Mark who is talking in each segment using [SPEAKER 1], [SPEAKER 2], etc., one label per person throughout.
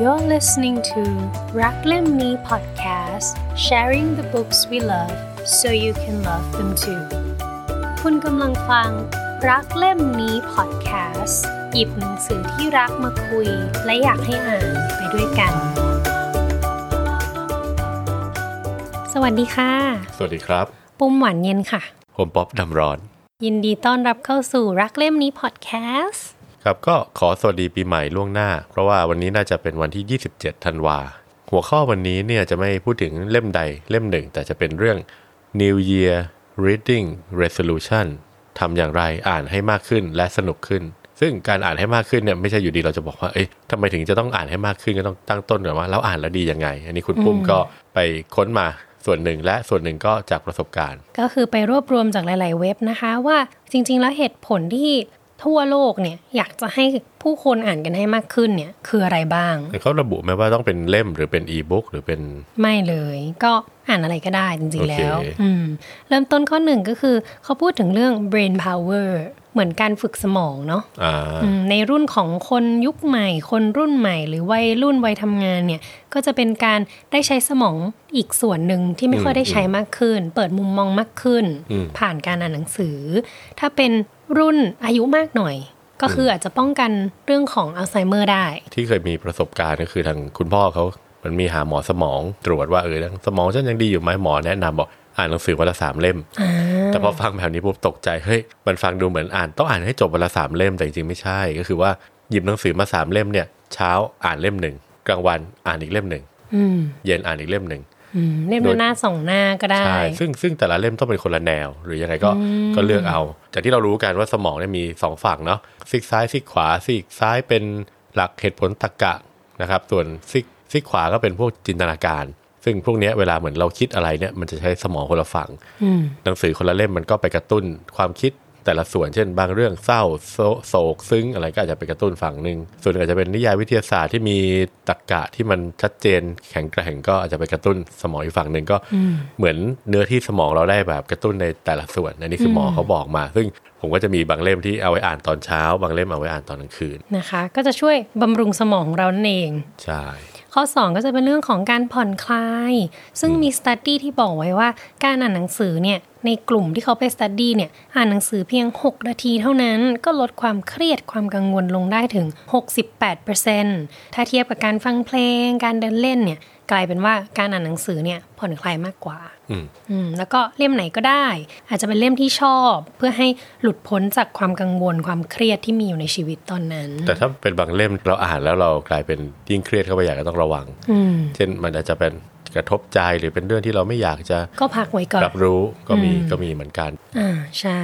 [SPEAKER 1] You're listening to รักเล่มนี้ podcast sharing the books we love so you can love them too คุณกำลังฟัง รักเล่มนี้ podcast หยิบหนังสือที่รักมาคุย และอยากให้อ่านไปด้วยกัน สวัสดีค่ะ
[SPEAKER 2] สวัสดีครับ
[SPEAKER 1] ปุ้มหวานเย็นค่ะ
[SPEAKER 2] ผมป๊อบดำร้อน
[SPEAKER 1] ยินดีต้อนรับเข้าสู่รักเล่มนี้ podcast
[SPEAKER 2] ครับก็ขอสวัสดีปีใหม่ล่วงหน้า เพราะว่าวันนี้น่าจะเป็นวันที่ 27 ธันวา หัวข้อวันนี้เนี่ยจะไม่พูดถึงเล่มใดเล่มหนึ่ง แต่จะเป็นเรื่อง New Year Reading Resolution ทำอย่างไรอ่านให้มากขึ้นและสนุกขึ้น ซึ่งการอ่านให้มากขึ้นเนี่ยไม่ใช่อยู่ดีเราจะบอกว่าเอ้ยทำไมถึงจะต้องอ่านให้มากขึ้นก็ต้องตั้งต้นก่อนว่าเราอ่านแล้วดียังไง อันนี้คุณปุ้มก็ไปค้นมาส่วนหนึ่งและส่วนหนึ่งก็จากประสบการณ์
[SPEAKER 1] ก็คือไปรวบรวมจากหลาย ๆ เว็บนะคะ ว่าจริง ๆ แล้วเหตุผลที่ทั่วโลกเนี่ยอยากจะให้ผู้คนอ่านกันให้มากขึ้นเนี่ยคืออะไรบ้าง
[SPEAKER 2] เขาระบุไหมว่าต้องเป็นเล่มหรือเป็นอีบุ๊กหรือเป็น
[SPEAKER 1] ไม่เลย ก็อ่านอะไรก็ได้จริง ๆ แล้ว
[SPEAKER 2] โอเค
[SPEAKER 1] อืมเริ่มต้นข้อหนึ่งก็คือเขาพูดถึงเรื่อง brain power เหมือนการฝึกสมองเนาะ
[SPEAKER 2] อ่า
[SPEAKER 1] อืมในรุ่นของคนยุคใหม่ คนรุ่นใหม่ หรือวัยรุ่นวัยทำงานเนี่ย ก็จะเป็นการได้ใช้สมองอีกส่วนหนึ่งที่ไม่ค่อยได้ใช้มากขึ้น เปิดมุมมองมากขึ้น
[SPEAKER 2] อืม
[SPEAKER 1] ผ่านการอ่านหนังสือ ถ้าเป็นรุ่นอายุมากหน่อย ก็คืออาจจะป้องกันเรื่องของอัลไซเมอร์ได้
[SPEAKER 2] ที่เคยมีประสบการณ์ก็คือทางคุณพ่อเขา มันมีหาหมอสมองตรวจว่าเออสมองฉันยังดีอยู่ไหมหมอแนะนำบอกอ่านหนังสือวันละสามเล่ม แต่พอฟังแบบนี้ปุ๊บตกใจเฮ้ยมันฟังดูเหมือนอ่านต้องอ่านให้จบวันละสามเล่มแต่จริงๆไม่ใช่ ก็คือว่าหยิบหนังสือมาสามเล่มเนี่ยเช้าอ่านเล่มหนึ่งกลางวันอ่านอีกเล่มหนึ่ง
[SPEAKER 1] อืม
[SPEAKER 2] เย็นอ่านอีกเล่มหนึ่ง
[SPEAKER 1] อืมเล่ม
[SPEAKER 2] โด
[SPEAKER 1] ละ
[SPEAKER 2] ย
[SPEAKER 1] หน้าสองหน้าก็ได้
[SPEAKER 2] ใช่ซึ่งซึ่งแต่ละเล่มต้องเป็นคนละแนว หรือยังไงก็ก็เลือกเอา จากที่เรารู้กันว่าสมองเนี่ยมีสองฝั่งเนาะซีกซ้ายซีกขวาซีกซ้ายเป็นหลักเหตุผลตรรกะนะครับ ส่วนซีกซีกขวาก็เป็นพวกจินตนาการ ซึ่งพวกเนี้ยเวลาเหมือนเราคิดอะไรเนี่ยมันจะใช้สมองคนละฝั่ง
[SPEAKER 1] อืม
[SPEAKER 2] หนังสือคนละเล่มมันก็ไปกระตุ้นความคิดแต่ละส่วนเช่น บางเรื่องเศร้าโศโศกซึ้งอะไรก็อาจจะไปกระตุ้นฝั่งหนึ่งส่วนหนึ่งอาจจะเป็นนิยายวิทยาศาสตร์ที่มีตรรกะที่มันชัดเจน แข็งแกร่งก็อาจจะไปกระตุ้นสมองอีกฝั่งหนึ่งก็เหมือนเนื้อที่สมองเราได้แบบกระตุ้นในแต่ละส่วนอันนี้คือหมอเขาบอกมา ซึ่งผมก็จะมีบางเล่มที่เอาไว้อ่านตอนเช้า บางเล่มเอาไว้อ่านตอนกลางคืน
[SPEAKER 1] นะคะ ก็จะช่วยบำรุงสมองเรานั่นเอง
[SPEAKER 2] ใช่
[SPEAKER 1] ข้อ 2 ก็จะเป็นเรื่องของการผ่อนคลาย ซึ่งมีสตัดดี้ที่บอกไว้ว่าการอ่านหนังสือเนี่ยในกลุ่มที่เขาไปสตัดดี้เนี่ยอ่านหนังสือเพียง 6 นาทีเท่านั้น ก็ลดความเครียดความกังวลลงได้ถึง 68%ถ้าเทียบกับการฟังเพลง การเดินเล่นเนี่ยกลายเป็นว่าการอ่านหนังสือเนี่ยผ่อนคลายมากกว่า
[SPEAKER 2] อืม
[SPEAKER 1] อืมแล้วก็เล่มไหนก็ได้ อาจจะเป็นเล่มที่ชอบ เพื่อให้หลุดพ้นจากความกังวลความเครียดที่มีอยู่ในชีวิตตอนนั้น
[SPEAKER 2] แต่ถ้าเป็นบางเล่มเราอ่านแล้วเรากลายเป็นยิ่งเครียดเข้าไปใหญ่ก็ต้องระวัง
[SPEAKER 1] อืม
[SPEAKER 2] เช่นมันอาจจะเป็นกระทบใจหรือเป็นเรื่องที่เราไม่อยากจะ
[SPEAKER 1] ก็พักไว้ก่อน
[SPEAKER 2] รับรู้ก็มีก็มีเหมือนกัน
[SPEAKER 1] อ่าใช่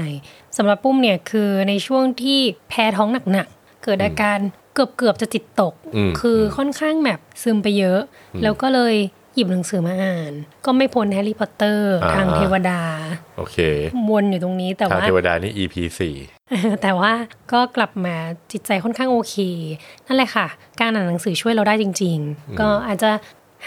[SPEAKER 1] สำหรับปุ้มเนี่ยคือในช่วงที่แพ้ท้องหนักๆ เกิดอาการเกือบเกือบๆจะจิตตก
[SPEAKER 2] อืม
[SPEAKER 1] คือค่อนข้างแบบซึมไปเยอะ แล้วก็เลยหยิบหนังสือมาอ่าน ก็ไม่พ้นแฮร์รี่พอตเตอร์ทางเทวดา
[SPEAKER 2] โอเค
[SPEAKER 1] วนอยู่ตรงนี้แต่
[SPEAKER 2] ทาง
[SPEAKER 1] ว่า
[SPEAKER 2] เทวดานี่ EP สี่
[SPEAKER 1] แต่ว่าก็กลับมาจิตใจค่อนข้างโอเค นั่นแหละค่ะ การอ่านหนังสือช่วยเราได้จริง ๆ ก็อาจจะ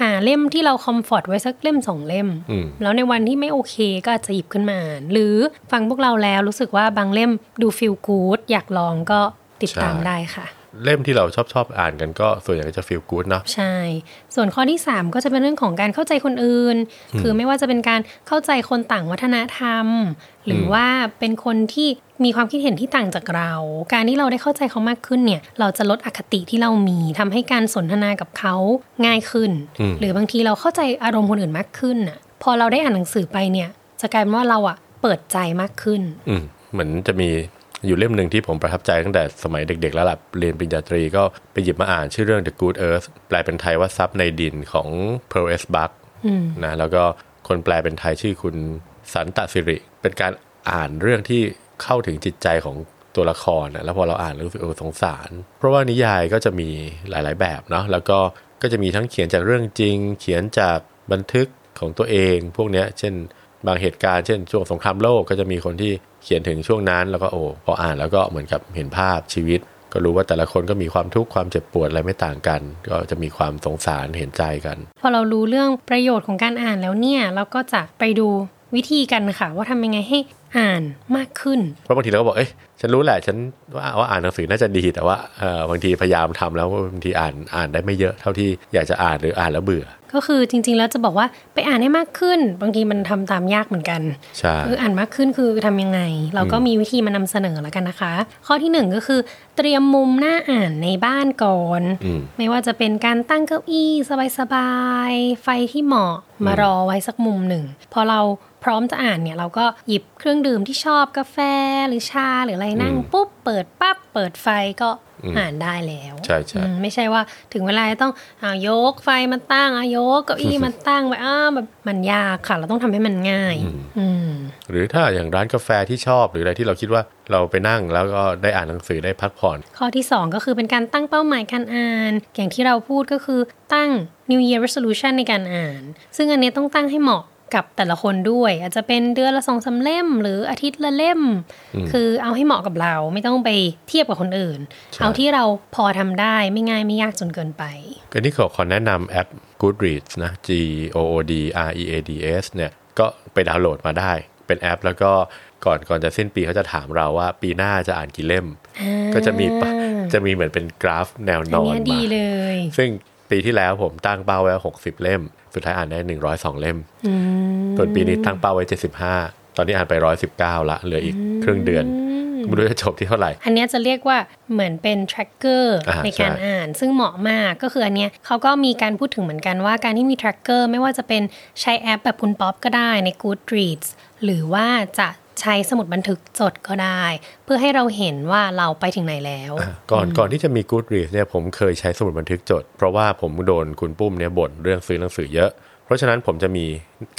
[SPEAKER 1] หาเล่มที่เราคอมฟอร์ตไว้สักเล่มสองเล่ม
[SPEAKER 2] อืม
[SPEAKER 1] แล้วในวันที่ไม่โอเคก็อาจจะหยิบขึ้นมาอ่านหรือฟังพวกเราแล้วรู้สึกว่าบางเล่มดูฟิลกู๊ดอยากลองก็ติดตาม
[SPEAKER 2] ใช่
[SPEAKER 1] ได้ค่ะ
[SPEAKER 2] เล่มที่เราชอบชอบอ่านกันก็ส่วนใหญ่ก็จะฟีลกู๊ดเนาะ
[SPEAKER 1] ใช่ ส่วนข้อที่ 3 ก็จะเป็นเรื่องของการเข้าใจคนอื่น คือไม่ว่าจะเป็นการเข้าใจคนต่างวัฒนธรรม หรือว่าเป็นคนที่มีความคิดเห็นที่ต่างจากเรา การที่เราได้เข้าใจเขามากขึ้นเนี่ย เราจะลดอคติที่เรามีทำให้การสนทนากับเขาง่ายขึ้น หรือบางทีเราเข้าใจอารมณ์คนอื่นมากขึ้นน่ะ พอเราได้อ่านหนังสือไปเนี่ย จะกลายเป็นว่าเราอะเปิดใจมากขึ้น
[SPEAKER 2] อืมเหมือนจะมีอยู่เล่มหนึ่งที่ผมประทับใจตั้งแต่สมัยเด็กๆ แล้วล่ะเรียนปริญญาตรีก็ไปหยิบมาอ่านชื่อเรื่อง The Good Earth แปลเป็นไทยว่าซับในดินของ Pearl S. Buck
[SPEAKER 1] อืม
[SPEAKER 2] นะแล้วก็คนแปลเป็นไทยชื่อคุณสันตสิริ เป็นการอ่านเรื่องที่เข้าถึงจิตใจของตัวละครนะแล้วพอเราอ่านรู้สึกเออสงสาร เพราะว่านิยายก็จะมีหลาย ๆ แบบเนาะแล้วก็ก็จะมีทั้งเขียนจากเรื่องจริง เขียนจากบันทึกของตัวเอง พวกเนี้ยเช่น บางเหตุการณ์เช่นช่วงสงครามโลกก็จะมีคนที่เขียนถึงช่วงนั้น แล้วก็โอ้พออ่านแล้วก็เหมือนกับเห็นภาพชีวิต ก็รู้ว่าแต่ละคนก็มีความทุกข์ความเจ็บปวดอะไรไม่ต่างกัน ก็จะมีความสงสารเห็นใจกัน
[SPEAKER 1] พอเรารู้เรื่องประโยชน์ของการอ่านแล้วเนี่ย เราก็จะไปดูวิธีกันค่ะ ว่าทำยังไงให้ อ่านมากขึ้น
[SPEAKER 2] เพราะบางทีเราก็บอก เอ้ย ฉันรู้แหละ ฉันว่าว่าอ่านหนังสือน่าจะดี แต่ว่าเออบางทีพยายามทำแล้วบางทีอ่านอ่านได้ไม่เยอะเท่าที่อยากจะอ่านหรืออ่านแล้วเบื่อ
[SPEAKER 1] ก็คือจริง ๆ แล้วจะบอกว่าไปอ่านให้มากขึ้น บางทีมันทำตามยากเหมือนกัน
[SPEAKER 2] ใช่
[SPEAKER 1] คืออ่านมากขึ้นคือทำยังไง เราก็มีวิธีมานำเสนอแล้วกันนะคะ ข้อที่หนึ่งก็คือ เตรียมมุมหน้าอ่านในบ้านก่อน
[SPEAKER 2] อืม
[SPEAKER 1] ไม่ว่าจะเป็นการตั้งเก้าอี้สบายๆ ไฟที่เหมาะมารอไว้สักมุมหนึ่ง พอเราพร้อมจะอ่านเนี่ยเราก็หยิบเครื่องดื่มที่ชอบกาแฟหรือชาหรืออะไรนั่ง
[SPEAKER 2] อืม
[SPEAKER 1] ปุ๊บเปิดปั๊บเปิดไฟก็
[SPEAKER 2] อืม
[SPEAKER 1] อ่านได้แล้ว
[SPEAKER 2] ใช่ใช่
[SPEAKER 1] อืมไม่ใช่ว่าถึงเวลาจะต้องเอายกไฟมาตั้งเอายกเก้าอี้มาตั้งไว้อ้าวแบบมันยากค่ะ เราต้องทำให้มันง่าย อืม
[SPEAKER 2] หรือถ้าอย่างร้านกาแฟที่ชอบหรืออะไรที่เราคิดว่าเราไปนั่งแล้วก็ได้อ่านหนังสือได้พักผ่อน
[SPEAKER 1] ข้อที่ 2 ก็คือเป็นการตั้งเป้าหมายการอ่าน อย่างที่เราพูดก็คือตั้ง New Year Resolution ในการอ่าน ซึ่งอันเนี้ยต้องตั้งให้เหมาะกับแต่ละคนด้วย อาจจะเป็นเดือนละสองสาเล่ม หรืออาทิตย์ละเล่ม คือเอาให้เหมาะกับเราไม่ต้องไปเทียบกับคนอื่น
[SPEAKER 2] ใช่
[SPEAKER 1] เอาที่เราพอทำได้ไม่ง่ายไม่ยากจนเกินไป
[SPEAKER 2] ก็นี่ขอขอแนะนำแอป Goodreads นะ G O O D R E A D S เนี่ยก็ไปดาวน์โหลดมาได้ เป็นแอปแล้วก็ก่อนก่อนจะสิ้นปีเขาจะถามเราว่าปีหน้าจะอ่านกี่เล่ม ก็จะมีปะจะมีเหมือนเป็นกราฟแนวน
[SPEAKER 1] อัน
[SPEAKER 2] อน
[SPEAKER 1] เนี้ยดี
[SPEAKER 2] มา
[SPEAKER 1] เลย
[SPEAKER 2] ซึ่งปีที่แล้วผมตั้งเป้าไว้ 60 เล่ม สุดท้ายอ่านได้ 102 เล่มส่วนปีนี้ตั้งเป้าไว้ 75 ตอนนี้อ่านไป 119 ละเหลืออีกครึ่งเดือนไม่รู้จะจบที่เท่าไหร่
[SPEAKER 1] อันเนี้ยจะเรียกว่าเหมือนเป็น tracker
[SPEAKER 2] อ่า
[SPEAKER 1] ในการ
[SPEAKER 2] ใช่
[SPEAKER 1] อ่าน ซึ่งเหมาะมากก็คืออันเนี้ยเขาก็มีการพูดถึงเหมือนกันว่าการที่มี tracker ไม่ว่าจะเป็นใช้แอปแบบคุณป๊อปก็ได้ใน Goodreads หรือว่าจะใช้สมุดบันทึกจดก็ได้ เพื่อให้เราเห็นว่าเราไปถึงไหนแล้ว
[SPEAKER 2] ก่อนก่อนที่จะมี Goodreads เนี่ยผมเคยใช้สมุดบันทึกจด เพราะว่าผมโดนคุณปุ้มเนี่ยบ่นเรื่องซื้อหนังสือเยอะ เพราะฉะนั้นผมจะมี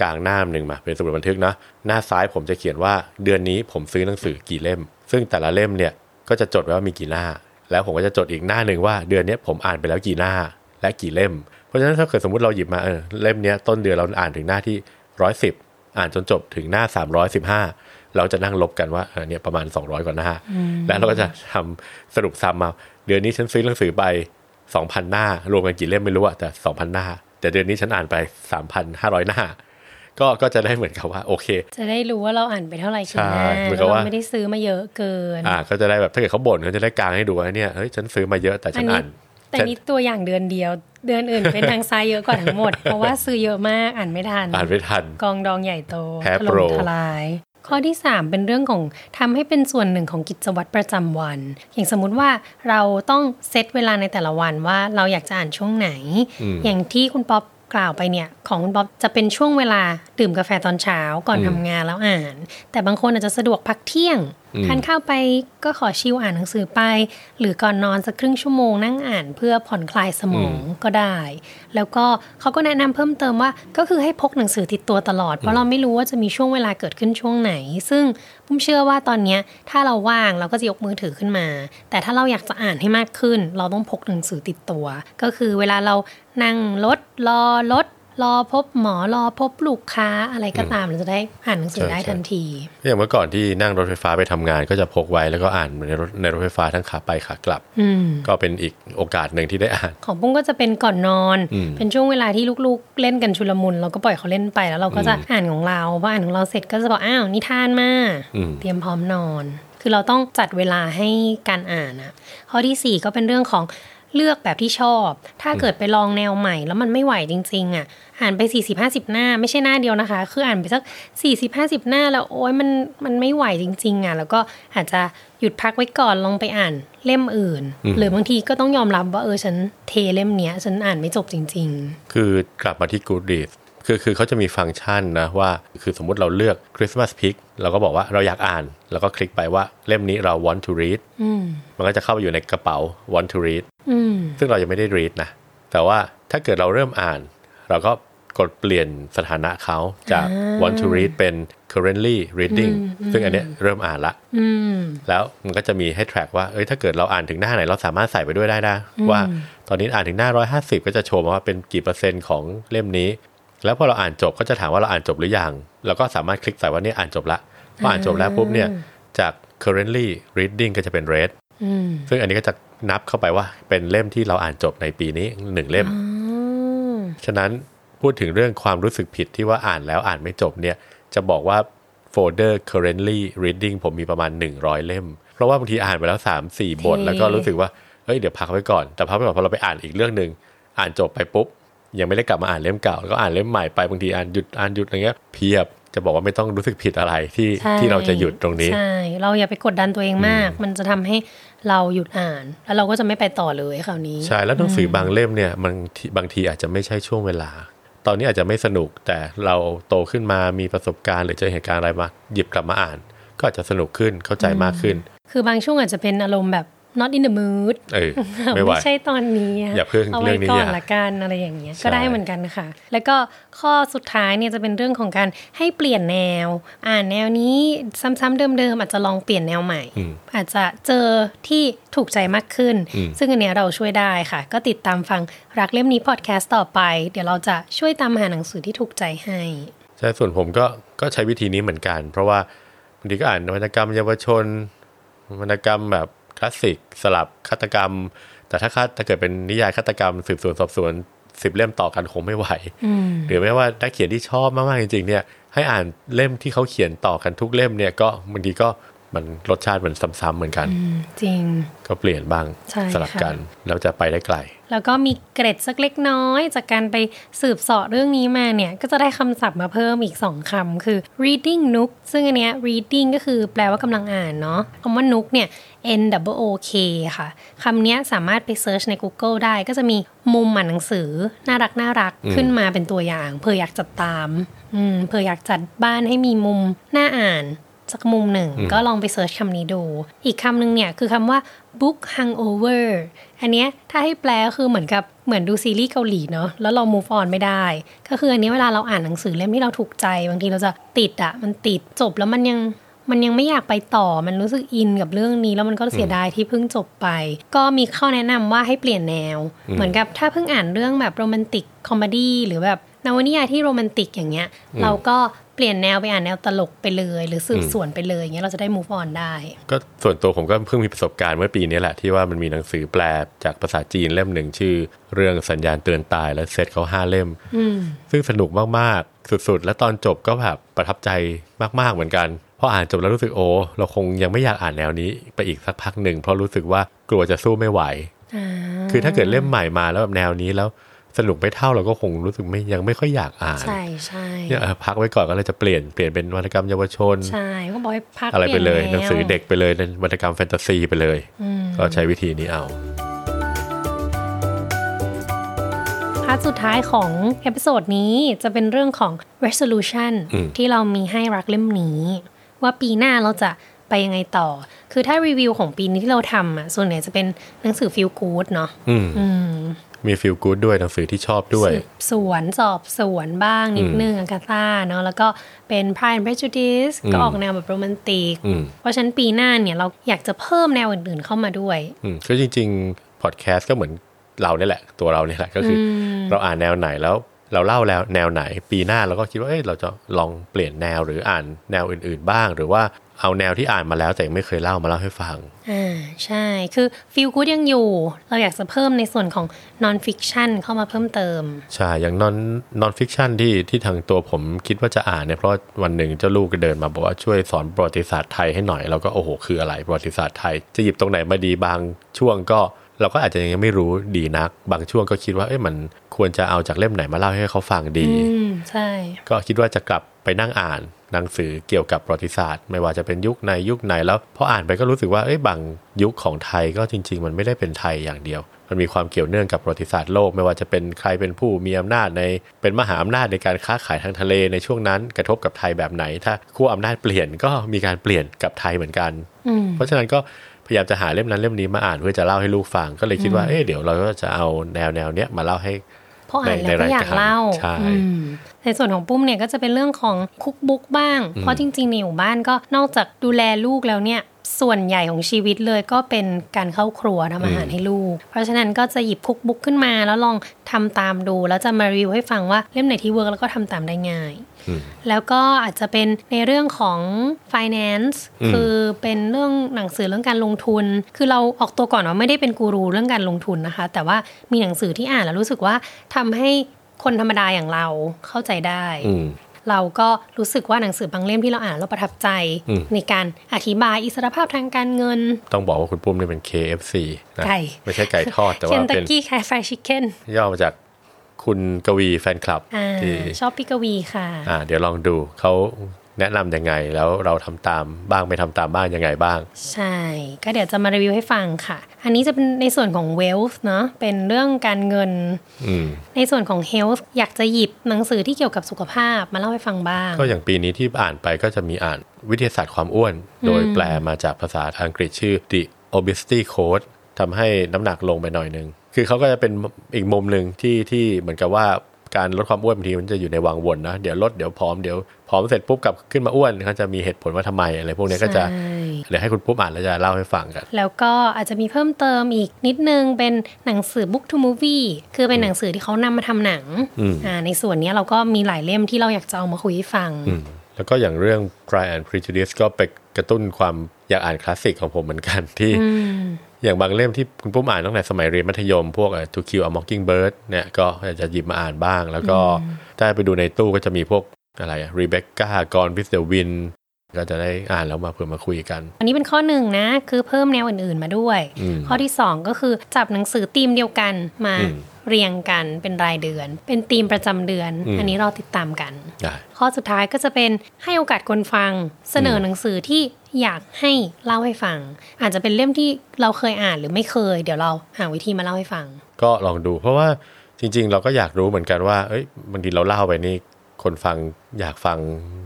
[SPEAKER 2] กลางหน้าหนึ่งมาเป็นสมุดบันทึกนะหน้าซ้ายผมจะเขียนว่าเดือนนี้ผมซื้อหนังสือกี่เล่ม ซึ่งแต่ละเล่มเนี่ยก็จะจดไว้ว่ามีกี่หน้า แล้วผมก็จะจดอีกหน้าหนึ่งว่าเดือนเนี้ยผมอ่านไปแล้วกี่หน้าและกี่เล่ม เพราะฉะนั้นถ้าเกิดสมมติเราหยิบมาเออเล่มเนี้ยต้นเดือนเราอ่านถึงหน้าที่ร้อยสิบอ่านจนจบถึงหน้าสามร้อยสิบห้าเราจะนั่งลบกันว่าเออเนี่ยประมาณสองร้อยกว่าหน้า แล้วเราก็จะทำสรุปซ้ำมา เดือนนี้ฉันซื้อหนังสือไปสองพันหน้า รวมกันกี่เล่มไม่รู้อะแต่สองพันหน้า แต่เดือนนี้ฉันอ่านไปสามพันห้าร้อยหน้า ก็ก็จะได้เหมือนกับว่าโอเค
[SPEAKER 1] จะได้รู้ว่าเราอ่านไปเท่าไหร่กี่หน้า
[SPEAKER 2] ใช่เหมือนกั
[SPEAKER 1] แล้
[SPEAKER 2] บ
[SPEAKER 1] ว
[SPEAKER 2] ว่า
[SPEAKER 1] เราไม่ได้ซื้อมาเยอะเกิน
[SPEAKER 2] อ่าก็จะได้แบบถ้าเกิดเขาบ่นเขาจะได้กลางให้ดูว่าเนี่ยเฮ้ยฉันซื้อมาเยอะแต่ฉันอ่าน
[SPEAKER 1] แต่นี้ตัวอย่างเดือนเดียว เดือนอื่นเป็นทางซ้ายเยอะกว่าทั้งหมด เพราะว่าซื้อเยอะมากอ่านไม่ทัน
[SPEAKER 2] อ่านไม่ทัน
[SPEAKER 1] กองดองใหญ่โต
[SPEAKER 2] แพ้
[SPEAKER 1] ถล่
[SPEAKER 2] โปร
[SPEAKER 1] มทลาย ข้อที่ 3 เป็นเรื่องของทำให้เป็นส่วนหนึ่งของกิจวัตรประจำวัน อย่างสมมุติว่าเราต้องเซตเวลาในแต่ละวันว่าเราอยากจะอ่านช่วงไหน อย่างที่คุณป๊อปกล่าวไปเนี่ยของคุณป๊อปจะเป็นช่วงเวลาดื่มกาแฟตอนเช้าก่อนทำงานแล้วอ่าน แต่บางคนอาจจะสะดวกพักเที่ยงทานข้าวไปก็ขอชิลอ่านหนังสือไป หรือก่อนนอนสักครึ่งชั่วโมงนั่งอ่านเพื่อผ่อนคลายสมองก็ได้ แล้วก็เขาก็แนะนำเพิ่มเติมว่าก็คือให้พกหนังสือติดตัวตลอด เพราะเราไม่รู้ว่าจะมีช่วงเวลาเกิดขึ้นช่วงไหน ซึ่งผมเชื่อว่าตอนเนี้ยถ้าเราว่างเราก็จะยกมือถือขึ้นมา แต่ถ้าเราอยากจะอ่านให้มากขึ้น เราต้องพกหนังสือติดตัว ก็คือเวลาเรานั่งรถรอรถรอพบหมอรอพบลูกค้าอะไรก็ตามเราจะได้อ่านหนังสือได้ทันที
[SPEAKER 2] อย่างเมื่อก่อนที่นั่งรถไฟฟ้าไปทำงานก็จะพกไว้แล้วก็อ่านในรถในรถไฟฟ้าทั้งขาไปขากลับ
[SPEAKER 1] อืม
[SPEAKER 2] ก็เป็นอีกโอกาสหนึ่งที่ได้อ่าน
[SPEAKER 1] ของปุ้งก็จะเป็นก่อนนอน
[SPEAKER 2] อืม
[SPEAKER 1] เป็นช่วงเวลาที่ลูกๆ เล่นกันชุลมุน เราก็ปล่อยเขาเล่นไปแล้วเราก็จะอ่านของเราพออ่านของเราเสร็จก็จะบอกอ้าวนิทานมา
[SPEAKER 2] อืม
[SPEAKER 1] เตรียมพร้อมนอน คือเราต้องจัดเวลาให้การอ่านอะข้อที่สี่ก็เป็นเรื่องของเลือกแบบที่ชอบ ถ้าเกิดไปลองแนวใหม่แล้วมันไม่ไหวจริงๆอะอ่านไป 40-50 หน้า ไม่ใช่หน้าเดียวนะคะ คืออ่านไปสัก 40-50 หน้าแล้วโอ๊ยมันมันไม่ไหวจริงๆอะแล้วก็อาจจะหยุดพักไว้ก่อนลองไปอ่านเล่มอื่น
[SPEAKER 2] อืม
[SPEAKER 1] หรือบางทีก็ต้องยอมรับว่าเออฉันเทเล่มเนี้ย ฉันอ่านไม่จบจริง
[SPEAKER 2] คือกลับมาที่ Goodreads คือคือเขาจะมีฟังก์ชันนะว่า คือสมมุติเราเลือก Christmas Pick เราก็บอกว่าเราอยากอ่าน แล้วก็คลิกไปว่าเล่มนี้เรา want to read
[SPEAKER 1] ๆ อืม
[SPEAKER 2] มันก็จะเข้าไปอยู่ในกระเป๋า want to read
[SPEAKER 1] อืม
[SPEAKER 2] ซึ่งเรายังไม่ได้ read นะ แต่ว่าถ้าเกิดเราเริ่มอ่าน เราก็กดเปลี่ยนสถานะเขาจาก
[SPEAKER 1] อ่า
[SPEAKER 2] want to read เป็น currently reading ซึ่งอันเนี้ยเริ่มอ่านละ
[SPEAKER 1] อืม
[SPEAKER 2] แล้วมันก็จะมีให้ track ว่า เอ้ย ถ้าเกิดเราอ่านถึงหน้าไหน เราสามารถใส่ไปด้วยได้นะ ว่าตอนนี้อ่านถึงหน้า 150 ก็จะโชว์มาว่าเป็นกี่เปอร์เซ็นต์ของเล่มนี้ แล้วพอเราอ่านจบก็จะถามว่าเราอ่านจบหรือยัง แล้วก็สามารถคลิกใส่ว่าเนี่ยอ่านจบละ พออ่านจบแล้วปุ๊บเนี่ยจาก currently reading ก็จะเป็น red
[SPEAKER 1] อืม
[SPEAKER 2] ซึ่งอันนี้ก็จะนับเข้าไปว่าเป็นเล่มที่เราอ่านจบในปีนี้หนึ่งเล่ม
[SPEAKER 1] อ๋อ
[SPEAKER 2] ฉะนั้นพูดถึงเรื่องความรู้สึกผิดที่ว่าอ่านแล้วอ่านไม่จบเนี่ยจะบอกว่า โฟลเดอร์ currently reading ผมมีประมาณ 100 เล่ม เพราะว่าบางทีอ่านไปแล้ว 3 4 บท
[SPEAKER 1] เท่
[SPEAKER 2] แล้วก็รู้สึกว่า เฮ้ย เดี๋ยวพักไว้ก่อน แต่พักไว้ก่อนพอเราไปอ่านอีกเรื่องหนึ่งอ่านจบไปปุ๊บ ยังไม่ได้กลับมาอ่านเล่มเก่า แล้วก็อ่านเล่มใหม่ไป บางทีอ่านหยุดอ่านหยุดอะไรเงี้ยเพียบจะบอกว่าไม่ต้องรู้สึกผิดอะไรที่
[SPEAKER 1] ใช่
[SPEAKER 2] ที่เราจะหยุดตรงนี้
[SPEAKER 1] ใช่เราอย่าไปกดดันตัวเองมาก มันจะทำให้เราหยุดอ่าน แล้วเราก็จะไม่ไปต่อเลยคราวนี้
[SPEAKER 2] ใช่แล้วหนังสือบางเล่มเนี่ยมันที่บางทีอาจจะไม่ใช่ช่วงเวลา ตอนนี้อาจจะไม่สนุกแต่เราโตขึ้นมามีประสบการณ์ หรือเจอเหตุการณ์อะไรมา หยิบกลับมาอ่าน ก็อาจจะสนุกขึ้นเข้าใจมากขึ้น
[SPEAKER 1] คือบางช่วงอาจจะเป็นอารมณ์แบบ not in the mood
[SPEAKER 2] เออไม่ไหว
[SPEAKER 1] ใช่ตอนนี้ะ
[SPEAKER 2] อย่าเพิ่ง
[SPEAKER 1] เอา
[SPEAKER 2] เรื่
[SPEAKER 1] ไว้
[SPEAKER 2] องนี้
[SPEAKER 1] ก่อน
[SPEAKER 2] อย่า
[SPEAKER 1] ละกันอะไรอย่างเงี้ย
[SPEAKER 2] ใช่
[SPEAKER 1] ก็ได้เหมือนกันค่ะ แล้วก็ข้อสุดท้ายเนี่ยจะเป็นเรื่องของการให้เปลี่ยนแนว อ่านแนวนี้ซ้ำๆเดิมๆอาจจะลองเปลี่ยนแนวใหม่
[SPEAKER 2] อืม
[SPEAKER 1] อาจจะเจอที่ถูกใจมากขึ้น
[SPEAKER 2] อืม
[SPEAKER 1] ซึ่งอันเนี้ยเราช่วยได้ค่ะ ก็ติดตามฟังรักเล่มนี้พอดแคสต์ต่อไป เดี๋ยวเราจะช่วยตามหาหนังสือที่ถูกใจให้
[SPEAKER 2] ใช่ส่วนผมก็ก็ใช้วิธีนี้เหมือนกัน เพราะว่าบางทีก็อ่านวรรณกรรมเยาวชน วรรณกรรมแบบคลาสสิกสลับฆาตกรรม แต่ถ้าฆาตถ้าเกิดเป็นนิยายฆาตกรรมสืบสวนสอบสวนสิบเล่มต่อกันคงไม่ไหว
[SPEAKER 1] อืม
[SPEAKER 2] หรือไม่ว่านักเขียนที่ชอบมาก ๆ จริง ๆ เนี่ย ให้อ่านเล่มที่เขาเขียนต่อกันทุกเล่มเนี่ยก็บางทีก็มันรสชาติมันซ้ำๆเหมือนกัน
[SPEAKER 1] จริง
[SPEAKER 2] ก็เปลี่ยนบ้าง
[SPEAKER 1] ใช่
[SPEAKER 2] สลับ
[SPEAKER 1] ค่ะ
[SPEAKER 2] กันแล้วจะไปได้ไกล
[SPEAKER 1] แล้วก็มีเกร็ดสักเล็กน้อย จากการไปสืบเสาะเรื่องนี้มาเนี่ย ก็จะได้คำศัพท์มาเพิ่มอีก 2คำคือ reading nook ซึ่งอันเนี้ย reading ก็คือแปลว่ากำลังอ่านเนาะคำว่า nook เนี่ย n w o k ค่ะคำเนี้ยสามารถไปเซิร์ชใน Google ได้ก็จะมีมุมอ่านหนังสือ น่ารักน่ารัก
[SPEAKER 2] อืม
[SPEAKER 1] ขึ้นมาเป็นตัวอย่างเผื่ออยากจัดตามอืมเผื่ออยากจัดบ้านให้มีมุมน่าอ่าน สักมุมหนึ่งก็ลองไปเสิร์ชคำนี้ดู อีกคำหนึ่งเนี่ยคือคำว่า book hangover อันเนี้ยถ้าให้แปลก็คือเหมือนกับเหมือนดูซีรีส์เกาหลีเนาะแล้วเรา move on ไม่ได้ ก็คืออันเนี้ยเวลาเราอ่านหนังสือเล่มที่เราถูกใจ บางทีเราจะติดอะมันติดจบแล้วมันยังมันยังไม่อยากไปต่อมันรู้สึกอินกับเรื่องนี้ แล้วมันก็เสียดายที่เพิ่งจบไป ก็มีข้อแนะนำว่าให้เปลี่ยนแนว
[SPEAKER 2] อืม
[SPEAKER 1] เหมือนกับถ้าเพิ่งอ่านเรื่องแบบโรแมนติกคอมเมดี้หรือแบบนวนิยายที่โรแมนติกอย่างเงี้ย เราก็เปลี่ยนแนวไปอ่านแนวตลกไปเลย หรือสืบสวนไปเลยอย่างเงี้ยเราจะได้ move on ได้
[SPEAKER 2] ก็ส่วนตัวผมก็เพิ่งมีประสบการณ์เมื่อปีนี้แหละที่ว่ามันมีหนังสือแปลจากภาษาจีนเล่มหนึ่งชื่อ เรื่องสัญญาณเตือนตายและเซตเขาห้าเล่ม
[SPEAKER 1] อืม
[SPEAKER 2] ซึ่งสนุกมาก ๆ สุด ๆ และตอนจบก็แบบประทับใจมาก ๆ เหมือนกันพออ่านจบแล้วรู้สึกโอ้เราคงยังไม่อยากอ่านแนวนี้ไปอีกสักพักหนึ่งเพราะรู้สึกว่ากลัวจะสู้ไม่ไหว
[SPEAKER 1] อ่า
[SPEAKER 2] คือถ้าเกิดเล่มใหม่มาแล้วแบบแนวนี้แล้วสนุกไม่เท่าเราก็คงรู้สึกไม่ยังไม่ค่อยอยากอ่าน
[SPEAKER 1] ใช่ใช่
[SPEAKER 2] เนี่ยเออพักไว้ก่อนก็เลยจะเปลี่ยนเปลี่ยนเป็นวรรณกรรมเยาวชน
[SPEAKER 1] ใช่ก็บอกให้พัก
[SPEAKER 2] อะไรไปเลย
[SPEAKER 1] ปนแนว
[SPEAKER 2] หนังสือเด็กไปเลยเป็นวรรณกรรมแฟนตาซีไปเลย
[SPEAKER 1] อืม
[SPEAKER 2] ก็ใช้วิธีนี้เอา
[SPEAKER 1] พาร์ทสุดท้ายของเอพิโซดนี้จะเป็นเรื่องของ resolution
[SPEAKER 2] อืม
[SPEAKER 1] ที่เรามีให้รักเล่มนี้ ว่าปีหน้าเราจะไปยังไงต่อ คือถ้ารีวิวของปีนี้ที่เราทำอ่ะส่วนใหญ่จะเป็นหนังสือ feel good เนาะ
[SPEAKER 2] อืม
[SPEAKER 1] อืม
[SPEAKER 2] มีฟิลกู๊ดด้วยหนังสือที่ชอบด้วย
[SPEAKER 1] สืบสวนสอบสวนบ้างนิดนึงอากาธาเนาะแล้วก็เป็น Pride and Prejudice
[SPEAKER 2] อืม
[SPEAKER 1] ก็ออกแนวแบบโรแมนติก
[SPEAKER 2] อืม
[SPEAKER 1] เพราะฉะนั้นปีหน้าเนี่ยเราอยากจะเพิ่มแนวอื่นๆเข้ามาด้วย
[SPEAKER 2] อืมคือจริงๆ พอดแคสต์ก็เหมือนเราเนี่ยแหละ ตัวเราเนี่ยแหละก็คืออเราอ่านแนวไหนแล้วเราเล่าแล้วแนวไหน ปีหน้าเราก็คิดว่าเอ้ยเราจะลองเปลี่ยนแนวหรืออ่านแนวอื่นๆบ้าง หรือว่าเอาแนวที่อ่านมาแล้วแต่ยังไม่เคยเล่ามาเล่าให้ฟัง
[SPEAKER 1] อ่าใช่ คือฟิลกู o ดยังอยู่ เราอยากจะเพิ่มในส่วนของ non fiction เข้ามาเพิ่มเติม
[SPEAKER 2] ใช่ อย่างนอนนอนฟิกชันที่ที่ทางตัวผมคิดว่าจะอ่านเนี่ยเพราะวันหนึ่งเจ้าลูกก็เดินมาบอกว่าช่วยสอนประวัติศาสตร์ไทยให้หน่อยเราก็โอ้โหคืออะไรประวัติศาสตร์ไทย จะหยิบตรงไหนมาดีบางช่วงก็ เราก็อาจจะยังไม่รู้ดีนัก บางช่วงก็คิดว่าเอ้ยมันควรจะเอาจากเล่มไหนมาเล่าให้เขาฟังดี
[SPEAKER 1] อืม ใช่
[SPEAKER 2] ก็คิดว่าจะกลับไปนั่งอ่านหนังสือเกี่ยวกับประวัติศาสตร์ ไม่ว่าจะเป็นยุคในยุคไหนแล้วพออ่านไปก็รู้สึกว่าเอ้ยบางยุคของไทยก็จริง ๆ มันไม่ได้เป็นไทยอย่างเดียว มันมีความเกี่ยวเนื่องกับประวัติศาสตร์โลก ไม่ว่าจะเป็นใครเป็นผู้มีอำนาจในเป็นมหาอำนาจในการค้าขายทางทะเลในช่วงนั้นกระทบกับไทยแบบไหน ถ้าขั้วอำนาจเปลี่ยนก็มีการเปลี่ยนกับไทยเหมือนกัน
[SPEAKER 1] อืม
[SPEAKER 2] เพราะฉะนั้นก็พยายามจะหาเล่มนั้นเล่มนี้มาอ่านเพื่อจะเล่าให้ลูกฟังก็เลยคิดว่าเอ้ยเดี๋ยวเราก็จะเอาแนวแนวๆเนี้ยมาเล่าให้
[SPEAKER 1] เพราะอ่านแล้วก็อยากเล่า
[SPEAKER 2] ในรายการใช่
[SPEAKER 1] อืมในส่วนของปุ้มเนี่ยก็จะเป็นเรื่องของคุกบุ๊กบ้าง เพราะจริงๆในอยู่บ้านก็นอกจากดูแลลูกแล้วเนี่ย ส่วนใหญ่ของชีวิตเลยก็เป็นการเข้าครัวทำอาหารให้ลูก เพราะฉะนั้นก็จะหยิบคุกบุ๊กขึ้นมาแล้วลองทำตามดู แล้วจะมารีวิวให้ฟังว่าเล่มไหนที่เวิร์กแล้วก็ทำตามได้ง่าย
[SPEAKER 2] อืม
[SPEAKER 1] แล้วก็อาจจะเป็นในเรื่องของ finance
[SPEAKER 2] อืม
[SPEAKER 1] คือเป็นเรื่องหนังสือเรื่องการลงทุน คือเราออกตัวก่อนว่าไม่ได้เป็นกูรูเรื่องการลงทุนนะคะ แต่ว่ามีหนังสือที่อ่านแล้วรู้สึกว่าทำให้คนธรรมดาอย่างเราเข้าใจได้
[SPEAKER 2] อืม
[SPEAKER 1] เราก็รู้สึกว่าหนังสือบางเล่มที่เราอ่านเราประทับใจ
[SPEAKER 2] อืม
[SPEAKER 1] ในการอธิบายอิสรภาพทางการเงิน
[SPEAKER 2] ต้องบอกว่าคุณปุ้มเนี่ยเป็น KFC นะ
[SPEAKER 1] ไก่
[SPEAKER 2] ไม่ใช่ไก่ทอดแต่
[SPEAKER 1] เคน
[SPEAKER 2] ว่า
[SPEAKER 1] ตัก
[SPEAKER 2] เป็น
[SPEAKER 1] กี้แคฟชิคเก้น
[SPEAKER 2] ย่อมาจากคุณกวีแฟนคลับ
[SPEAKER 1] อ่า
[SPEAKER 2] ที่
[SPEAKER 1] ชอบพี่กวีค่ะ
[SPEAKER 2] อ่าเดี๋ยวลองดูเขาแนะนำยังไงแล้วเราทำตามบ้างไม่ทำตามบ้างยังไงบ้าง
[SPEAKER 1] ใช่ ก็เดี๋ยวจะมารีวิวให้ฟังค่ะ อันนี้จะเป็นในส่วนของ wealth เนาะเป็นเรื่องการเงิน
[SPEAKER 2] อืม
[SPEAKER 1] ในส่วนของ health อยากจะหยิบหนังสือที่เกี่ยวกับสุขภาพมาเล่าให้ฟังบ้าง
[SPEAKER 2] ก็อย่างปีนี้ที่อ่านไปก็จะมีอ่านวิทยาศาสตร์ความอ้วน โดยแปลมาจากภาษาอังกฤษชื่อ The Obesity Code ทำให้น้ำหนักลงไปหน่อยหนึง คือเขาก็จะเป็นอีกมุมหนึ่งที่ที่เหมือนกับว่าการลดความอ้วนบางทีมันจะอยู่ในวังวนนะ เดี๋ยวลดเดี๋ยวผอมเดี๋ยวผอมเสร็จปุ๊บกลับขึ้นมาอ้วนเขาจะมีเหตุผลว่าทำไมอะไรพวกเนี้ยก็จะ
[SPEAKER 1] ใช่
[SPEAKER 2] เดี๋ยวให้คุณปุ๊บอ่านแล้วจะเล่าให้ฟังกัน
[SPEAKER 1] แล้วก็อาจจะมีเพิ่มเติมอีกนิดนึงเป็นหนังสือ book to movie คือเป็นหนังสือที่เขานำมาทำหนัง
[SPEAKER 2] อืม
[SPEAKER 1] อ่าในส่วนเนี้ยเราก็มีหลายเล่มที่เราอยากจะเอามาคุยให้ฟัง
[SPEAKER 2] อืมแล้วก็อย่างเรื่อง Pride and Prejudice ก็ไปกระตุ้นความอยากอ่านคลาสสิกของผมเหมือนกันที่
[SPEAKER 1] อืม
[SPEAKER 2] อย่างบางเล่มที่คุณปุ้มอ่านตั้งแต่สมัยเรียนมัธยม พวก To Kill a Mockingbird เนี่ยก็จะหยิบมาอ่านบ้าง แล้วก็ถ้าไปดูในตู้ก็จะมีพวกอะไรรีเบคก้ากอนวิสเดวินก็จะได้อ่านแล้วมาเผื่อมาคุยกัน
[SPEAKER 1] อันนี้เป็นข้อหนึ่งนะคือเพิ่มแนวอื่นๆมาด้วย
[SPEAKER 2] อืม
[SPEAKER 1] ข้อที่สองก็คือจับหนังสือธีมเดียวกันมา
[SPEAKER 2] อืม
[SPEAKER 1] เรียงกันเป็นรายเดือน เป็นธีมประจำเดือน
[SPEAKER 2] อืม
[SPEAKER 1] อันนี้เราติดตามกัน
[SPEAKER 2] ได้
[SPEAKER 1] ข้อสุดท้ายก็จะเป็นให้โอกาสคนฟังเสนอหนังสือที่อยากให้เล่าให้ฟัง อาจจะเป็นเล่มที่เราเคยอ่านหรือไม่เคย เดี๋ยวเราหาวิธีมาเล่าให้ฟัง
[SPEAKER 2] ก็ลองดู เพราะว่าจริง ๆ เราก็อยากรู้เหมือนกันว่าเอ้ยบางทีเราเล่าไปนี่คนฟังอยากฟัง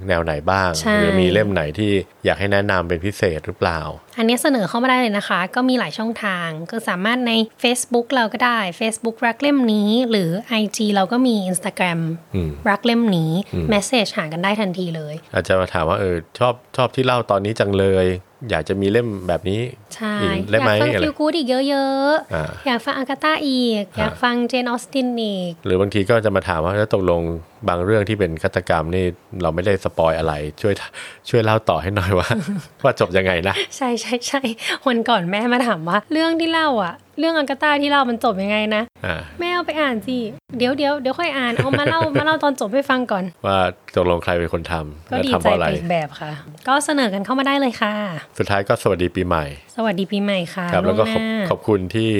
[SPEAKER 2] แนวไหนบ้าง
[SPEAKER 1] ใช่
[SPEAKER 2] หรือมีเล่มไหนที่อยากให้แนะนำเป็นพิเศษหรือเปล่า
[SPEAKER 1] อันนี้เสนอเข้ามาได้เลยนะคะ ก็มีหลายช่องทาง ก็สามารถใน Facebook เราก็ได้ Facebook รักเล่มนี้ หรือ IG เราก็มี Instagram
[SPEAKER 2] อืม
[SPEAKER 1] รักเล่มนี้
[SPEAKER 2] อืม
[SPEAKER 1] เมสเซจหากันได้ทันทีเลย
[SPEAKER 2] อาจจะมาถามว่าเออชอบชอบที่เล่าตอนนี้จังเลย อยากจะมีเล่มแบบนี้
[SPEAKER 1] ใช่
[SPEAKER 2] อีกได้
[SPEAKER 1] อยาก
[SPEAKER 2] ไหม
[SPEAKER 1] ฟัง
[SPEAKER 2] อะไร
[SPEAKER 1] ฟิลกูดอีกเยอะ
[SPEAKER 2] อ่า
[SPEAKER 1] ๆ อยากฟังอากาตาอีก
[SPEAKER 2] อ่า
[SPEAKER 1] อยากฟังเจนออสตินอีก
[SPEAKER 2] หรือบางทีก็จะมาถามว่าแล้วตกลงบางเรื่องที่เป็นฆาตกรรมนี่เราไม่ได้สปอยอะไร ช่วย ช่วยเล่าต่อให้หน่อยว่า ว่าจบยังไงนะ
[SPEAKER 1] ใช่ใช่ใช่ วันก่อนแม่มาถามว่า เรื่องที่เล่าอะเรื่องอากาตาที่เล่ามันจบยังไงนะ
[SPEAKER 2] อ่า
[SPEAKER 1] แม่เอาไปอ่านสิ เดี๋ยวเดี๋ยวเดี๋ยวค่อยอ่านเอามาเล่า มาเล่าตอนจบให้ฟังก่อน
[SPEAKER 2] ว่าตกลงใครเป็นคนทำ
[SPEAKER 1] ก็
[SPEAKER 2] และ
[SPEAKER 1] ดีใจ
[SPEAKER 2] ทำอะไร
[SPEAKER 1] ไปอีกแบบค่ะ ก็เสนอกันเข้ามาได้เลยค่ะ
[SPEAKER 2] สุดท้ายก็สวัสดีปีใหม่
[SPEAKER 1] สวัสดีปีใหม่ค่ะ
[SPEAKER 2] ครับ
[SPEAKER 1] ล่
[SPEAKER 2] แล้ว ว
[SPEAKER 1] ง
[SPEAKER 2] ก็
[SPEAKER 1] ห
[SPEAKER 2] ขอบ
[SPEAKER 1] น้า
[SPEAKER 2] ขอบคุณที่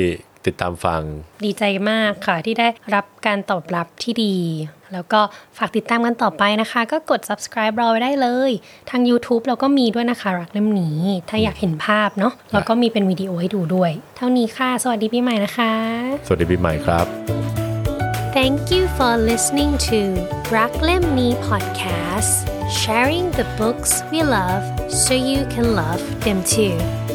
[SPEAKER 2] ติดตามฟัง
[SPEAKER 1] ดีใจมากค่ะ ที่ได้รับการตอบรับที่ดี แล้วก็ฝากติดตามกันต่อไปนะคะ ก็กด subscribe เราไว้ได้เลย ทาง YouTube เราก็มีด้วยนะคะรักเล่มนี้ ถ้าอยากเห็นภาพเนาะเราก็มีเป็นวิดีโอให้ดูด้วย เท่านี้ค่ะ สวัสดีปีใหม่นะคะ
[SPEAKER 2] สวัสดีปีใหม่ครับ
[SPEAKER 1] Thank you for listening to Braklem Me Podcast, sharing the books we love so you can love them too.